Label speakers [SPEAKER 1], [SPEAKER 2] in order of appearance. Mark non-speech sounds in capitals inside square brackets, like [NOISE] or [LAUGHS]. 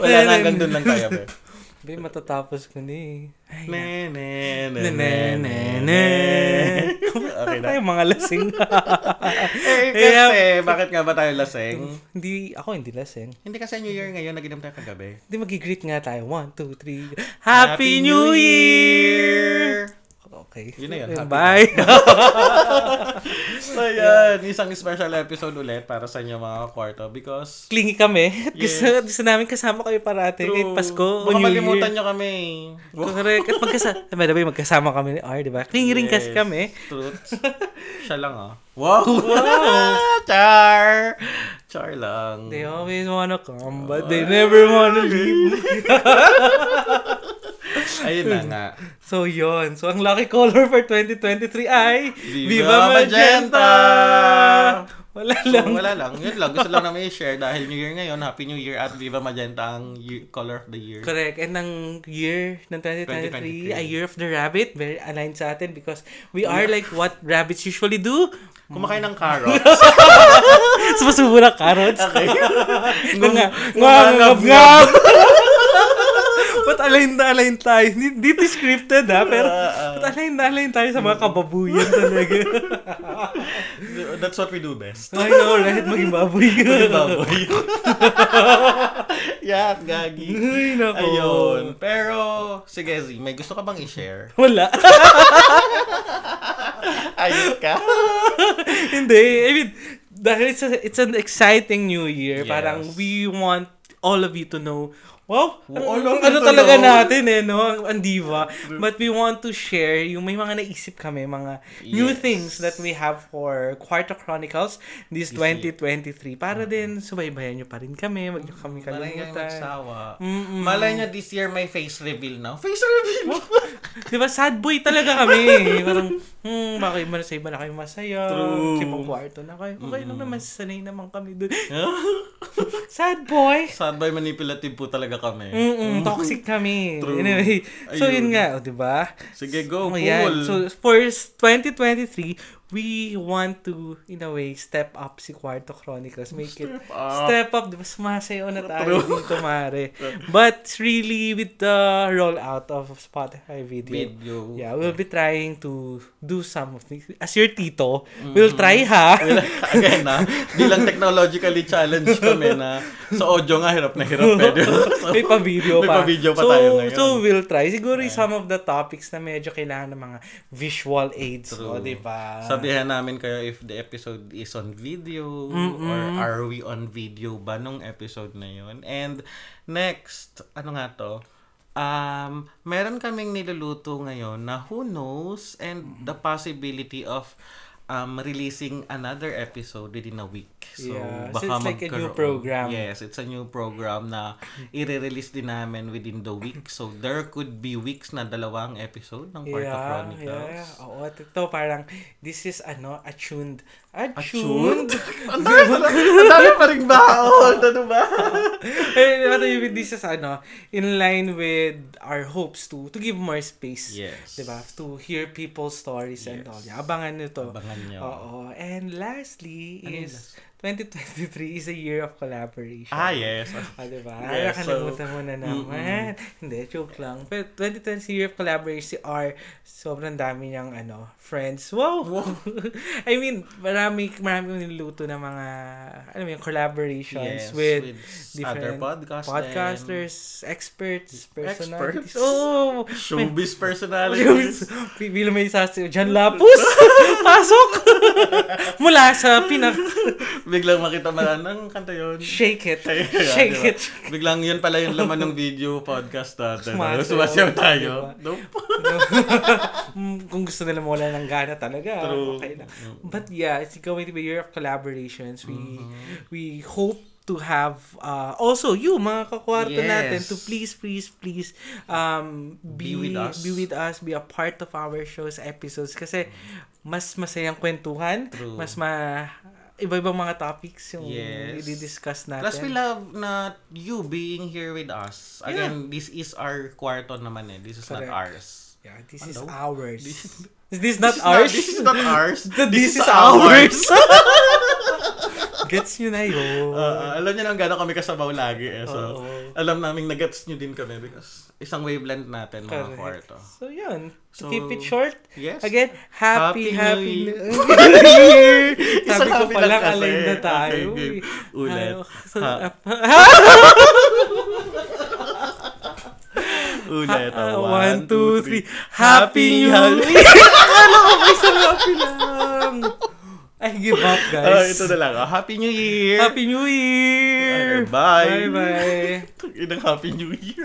[SPEAKER 1] Wala na, hanggang doon lang tayo, be.
[SPEAKER 2] Bay, matatapos ko eh. ni.
[SPEAKER 1] Okay na.
[SPEAKER 2] Tayo mga lasing.
[SPEAKER 1] Eh, kasi, bakit nga ba tayo laseng?
[SPEAKER 2] hindi, ako hindi lasing.
[SPEAKER 1] Hindi kasi New Year ngayon, naginom tayo kagabi.
[SPEAKER 2] Hindi mag-greet nga tayo. One, two, three. Happy, New Year! Okay.
[SPEAKER 1] Yun na yun, Happy
[SPEAKER 2] Bye.
[SPEAKER 1] So, yan. Isang special episode ulit para sa inyo mga kwarto because
[SPEAKER 2] Klingi kami. Gusto, gusto namin kasama kayo parate. Kahit Pasko o
[SPEAKER 1] Baka
[SPEAKER 2] New
[SPEAKER 1] malimutan
[SPEAKER 2] Year.
[SPEAKER 1] nyo kami.
[SPEAKER 2] Correct. At magkasama, [LAUGHS] by the way, magkasama kami ni R, di ba? Klingi rin
[SPEAKER 1] Yes,
[SPEAKER 2] kasi kami.
[SPEAKER 1] Truths.
[SPEAKER 2] [LAUGHS]
[SPEAKER 1] Siya lang ah. Wow! [LAUGHS] Char! Char lang.
[SPEAKER 2] They always wanna come, but they never wanna leave.
[SPEAKER 1] Ayun na nga.
[SPEAKER 2] So, yon So, ang lucky color for 2023 ay
[SPEAKER 1] Viva Magenta!
[SPEAKER 2] Wala
[SPEAKER 1] So,
[SPEAKER 2] lang.
[SPEAKER 1] wala lang. Yun lang. Gusto lang namin i-share dahil New Year ngayon. Happy New Year at Viva Magenta ang year- color of the year.
[SPEAKER 2] Correct. And ang year ng 2023,
[SPEAKER 1] 2023.
[SPEAKER 2] ay Year of the Rabbit, very aligned sa atin because we are like what rabbits usually do.
[SPEAKER 1] Kumakain ng carrot.
[SPEAKER 2] Sumasubura carrots.
[SPEAKER 1] Okay.
[SPEAKER 2] Ngung- Ngangangab-ngab. [LAUGHS] But aligned na aligned tayo. Hindi dito scripted ha, pero
[SPEAKER 1] Uh,
[SPEAKER 2] but aligned na aligned tayo sa mga kababuyan talaga.
[SPEAKER 1] That's what we do
[SPEAKER 2] [LAUGHS]
[SPEAKER 1] best.
[SPEAKER 2] I know, right? Maging baboy ka.
[SPEAKER 1] Baboy. Yak, gagi.
[SPEAKER 2] Ay, nako.
[SPEAKER 1] Ayun. Pero, sige Z, may gusto ka bang i-share?
[SPEAKER 2] Wala. [LAUGHS]
[SPEAKER 1] Ayun ka?
[SPEAKER 2] Hindi. I mean, dahil it's, a, it's an exciting new year.
[SPEAKER 1] Yes.
[SPEAKER 2] Parang we want all of you to know, wow, ang-
[SPEAKER 1] All
[SPEAKER 2] ang
[SPEAKER 1] of you
[SPEAKER 2] ano
[SPEAKER 1] to
[SPEAKER 2] talaga
[SPEAKER 1] know.
[SPEAKER 2] natin eh, no? Ang, ang diva. But we want to share yung may mga naisip kami, mga new
[SPEAKER 1] Yes.
[SPEAKER 2] things that we have for Quarto Chronicles this 2023. Para
[SPEAKER 1] Mm-hmm.
[SPEAKER 2] din, subaybayan nyo pa rin kami. Huwag nyo kami
[SPEAKER 1] Malay niya
[SPEAKER 2] kalimutan. Mm.
[SPEAKER 1] magsawa.
[SPEAKER 2] Mm-mm.
[SPEAKER 1] Malay niya this year may face reveal na. Face reveal!
[SPEAKER 2] Di ba, Diba, sad boy talaga kami. eh. Parang, hmm, baka iba na sa iba na kayo masaya.
[SPEAKER 1] True.
[SPEAKER 2] Kasi pang kwarto na kayo. Okay lang naman, sanay naman kami doon. sad boy.
[SPEAKER 1] Sad boy manipulative po talaga kami.
[SPEAKER 2] Mm-mm, toxic kami.
[SPEAKER 1] True.
[SPEAKER 2] Anyway, so
[SPEAKER 1] Ayun.
[SPEAKER 2] yun nga, o, di ba?
[SPEAKER 1] Sige, go,
[SPEAKER 2] Oh,
[SPEAKER 1] cool.
[SPEAKER 2] yan. So, for 2023, we want to, in a way, step up si Quarto Chronicles. Make it
[SPEAKER 1] Step.
[SPEAKER 2] step up, di ba? Sumasayo na tayo dito,
[SPEAKER 1] [LAUGHS]
[SPEAKER 2] mare. But really, with the rollout of Spotify
[SPEAKER 1] Video.
[SPEAKER 2] Yeah, we'll be trying to do some of things. As your tito,
[SPEAKER 1] Mm-hmm.
[SPEAKER 2] we'll try ha.
[SPEAKER 1] [LAUGHS]
[SPEAKER 2] [LAUGHS]
[SPEAKER 1] Again na, bilang technologically challenged kami na sa audio nga, hirap na
[SPEAKER 2] [LAUGHS]
[SPEAKER 1] hirap. Pwede.
[SPEAKER 2] May pa-video
[SPEAKER 1] May
[SPEAKER 2] pa.
[SPEAKER 1] pa-video pa
[SPEAKER 2] so,
[SPEAKER 1] tayo ngayon.
[SPEAKER 2] So, we'll try. Siguro yung some of the topics na medyo kailangan ng mga visual aids.
[SPEAKER 1] True.
[SPEAKER 2] O, di ba?
[SPEAKER 1] Sabihan namin kayo if the episode is on video or are we on video ba nung episode na yun. And next, ano nga to? Um, meron kaming niluluto ngayon na who knows and the possibility of um, releasing another episode within a week. So,
[SPEAKER 2] Yeah.
[SPEAKER 1] baka
[SPEAKER 2] So, it's like a new
[SPEAKER 1] magkaroon.
[SPEAKER 2] program.
[SPEAKER 1] Yes, it's a new program
[SPEAKER 2] [LAUGHS]
[SPEAKER 1] na i-release din namin within the week. So, there could be weeks na dalawang episode ng Quarto Chronicles.
[SPEAKER 2] Yeah. Oo, at ito parang, this is ano, attuned. Attuned?
[SPEAKER 1] [LAUGHS] Attuned? Ang dami pa Ang dami pa rin baon. Ano ba?
[SPEAKER 2] [LAUGHS] Eh, ano yung- this is ano, in line with our hopes to to give more space.
[SPEAKER 1] Yes.
[SPEAKER 2] Diba? To hear people's stories and
[SPEAKER 1] Yes.
[SPEAKER 2] all. Yeah, abangan nyo to.
[SPEAKER 1] Abangan nyo.
[SPEAKER 2] Oo. And lastly
[SPEAKER 1] Ano yung
[SPEAKER 2] is, 2023 is a year of collaboration.
[SPEAKER 1] Ah, yes.
[SPEAKER 2] Ah, diba?
[SPEAKER 1] Yes,
[SPEAKER 2] Nakalimutan mo na naman. [LAUGHS] Hindi, joke lang. Pero 2020 year of collaboration si R, sobrang dami niyang ano, friends. Wow! [LAUGHS] I mean, marami, marami kong niluto ng mga, alam mo yung
[SPEAKER 1] Yes,
[SPEAKER 2] collaborations with,
[SPEAKER 1] other
[SPEAKER 2] different
[SPEAKER 1] podcasts.
[SPEAKER 2] podcasters, experts, personalities.
[SPEAKER 1] Experts?
[SPEAKER 2] Oo!
[SPEAKER 1] then
[SPEAKER 2] [LAUGHS]
[SPEAKER 1] Showbiz
[SPEAKER 2] Jones,
[SPEAKER 1] personalities.
[SPEAKER 2] [LAUGHS] Pipila may sasyo. John Lapus! [LAUGHS] Pasok! [LAUGHS] Mula sa pinak...
[SPEAKER 1] Biglang makita mo na, "Anong kanta
[SPEAKER 2] [LAUGHS]
[SPEAKER 1] yun?
[SPEAKER 2] Shake it.
[SPEAKER 1] Kaya,
[SPEAKER 2] Shake
[SPEAKER 1] diba?
[SPEAKER 2] it. [LAUGHS]
[SPEAKER 1] Biglang yun pala yung laman ng video podcast natin. Sumasayaw.
[SPEAKER 2] Sumasayaw.
[SPEAKER 1] Sumasayaw tayo.
[SPEAKER 2] Diba?
[SPEAKER 1] Nope.
[SPEAKER 2] Mm, Kung gusto nila mawala ng gana talaga,
[SPEAKER 1] True. Mm.
[SPEAKER 2] okay na. But yeah, it's going to be a year of collaborations. We
[SPEAKER 1] Mm-hmm.
[SPEAKER 2] we hope to have uh, also you mga kakwarto
[SPEAKER 1] Yes.
[SPEAKER 2] natin to please please please um be,
[SPEAKER 1] Be with us.
[SPEAKER 2] be with us be a part of our show's episodes kasi mas masayang kwentuhan
[SPEAKER 1] Mm. True.
[SPEAKER 2] mas ma iba-ibang mga topics yung
[SPEAKER 1] Yes.
[SPEAKER 2] i-discuss natin.
[SPEAKER 1] Plus, we love na you being here with us. Again, this is our kwarto naman eh. This is
[SPEAKER 2] Correct.
[SPEAKER 1] not ours.
[SPEAKER 2] Yeah, this is
[SPEAKER 1] Ano?
[SPEAKER 2] ours.
[SPEAKER 1] This-
[SPEAKER 2] is
[SPEAKER 1] [LAUGHS] This
[SPEAKER 2] this not
[SPEAKER 1] is
[SPEAKER 2] ours?
[SPEAKER 1] This is not ours.
[SPEAKER 2] The [LAUGHS] this, is, ours. [LAUGHS] Gets nyo na yun.
[SPEAKER 1] [LAUGHS] Uh, alam niyo lang gano'n kami kasabaw lagi eh. So,
[SPEAKER 2] Oo.
[SPEAKER 1] alam namin nagets nyo din kami because isang wavelength natin mga
[SPEAKER 2] Correct.
[SPEAKER 1] kwarto.
[SPEAKER 2] So, yun. To
[SPEAKER 1] So,
[SPEAKER 2] keep it short,
[SPEAKER 1] Yes.
[SPEAKER 2] again,
[SPEAKER 1] Happy
[SPEAKER 2] happy, happy,
[SPEAKER 1] New [LAUGHS]
[SPEAKER 2] New Year!
[SPEAKER 1] Isang
[SPEAKER 2] Sabi ko
[SPEAKER 1] happy
[SPEAKER 2] pala,
[SPEAKER 1] lang kasi.
[SPEAKER 2] alive na tayo. eh."
[SPEAKER 1] Okay, game. [LAUGHS]
[SPEAKER 2] Uy.
[SPEAKER 1] Ulit.
[SPEAKER 2] Ayaw. [LAUGHS] uh,
[SPEAKER 1] Ha- Ulit.
[SPEAKER 2] Ah, ah,
[SPEAKER 1] Oh,
[SPEAKER 2] one, two, three.
[SPEAKER 1] Happy
[SPEAKER 2] Happy New
[SPEAKER 1] New
[SPEAKER 2] Year! [LAUGHS] Akala ko may isang happy lang. I give up, guys.
[SPEAKER 1] [LAUGHS] Ah, ito na lang. ah. Happy New Year!
[SPEAKER 2] Happy New Year!
[SPEAKER 1] Bye.
[SPEAKER 2] Bye-bye.
[SPEAKER 1] Inang Happy New Year.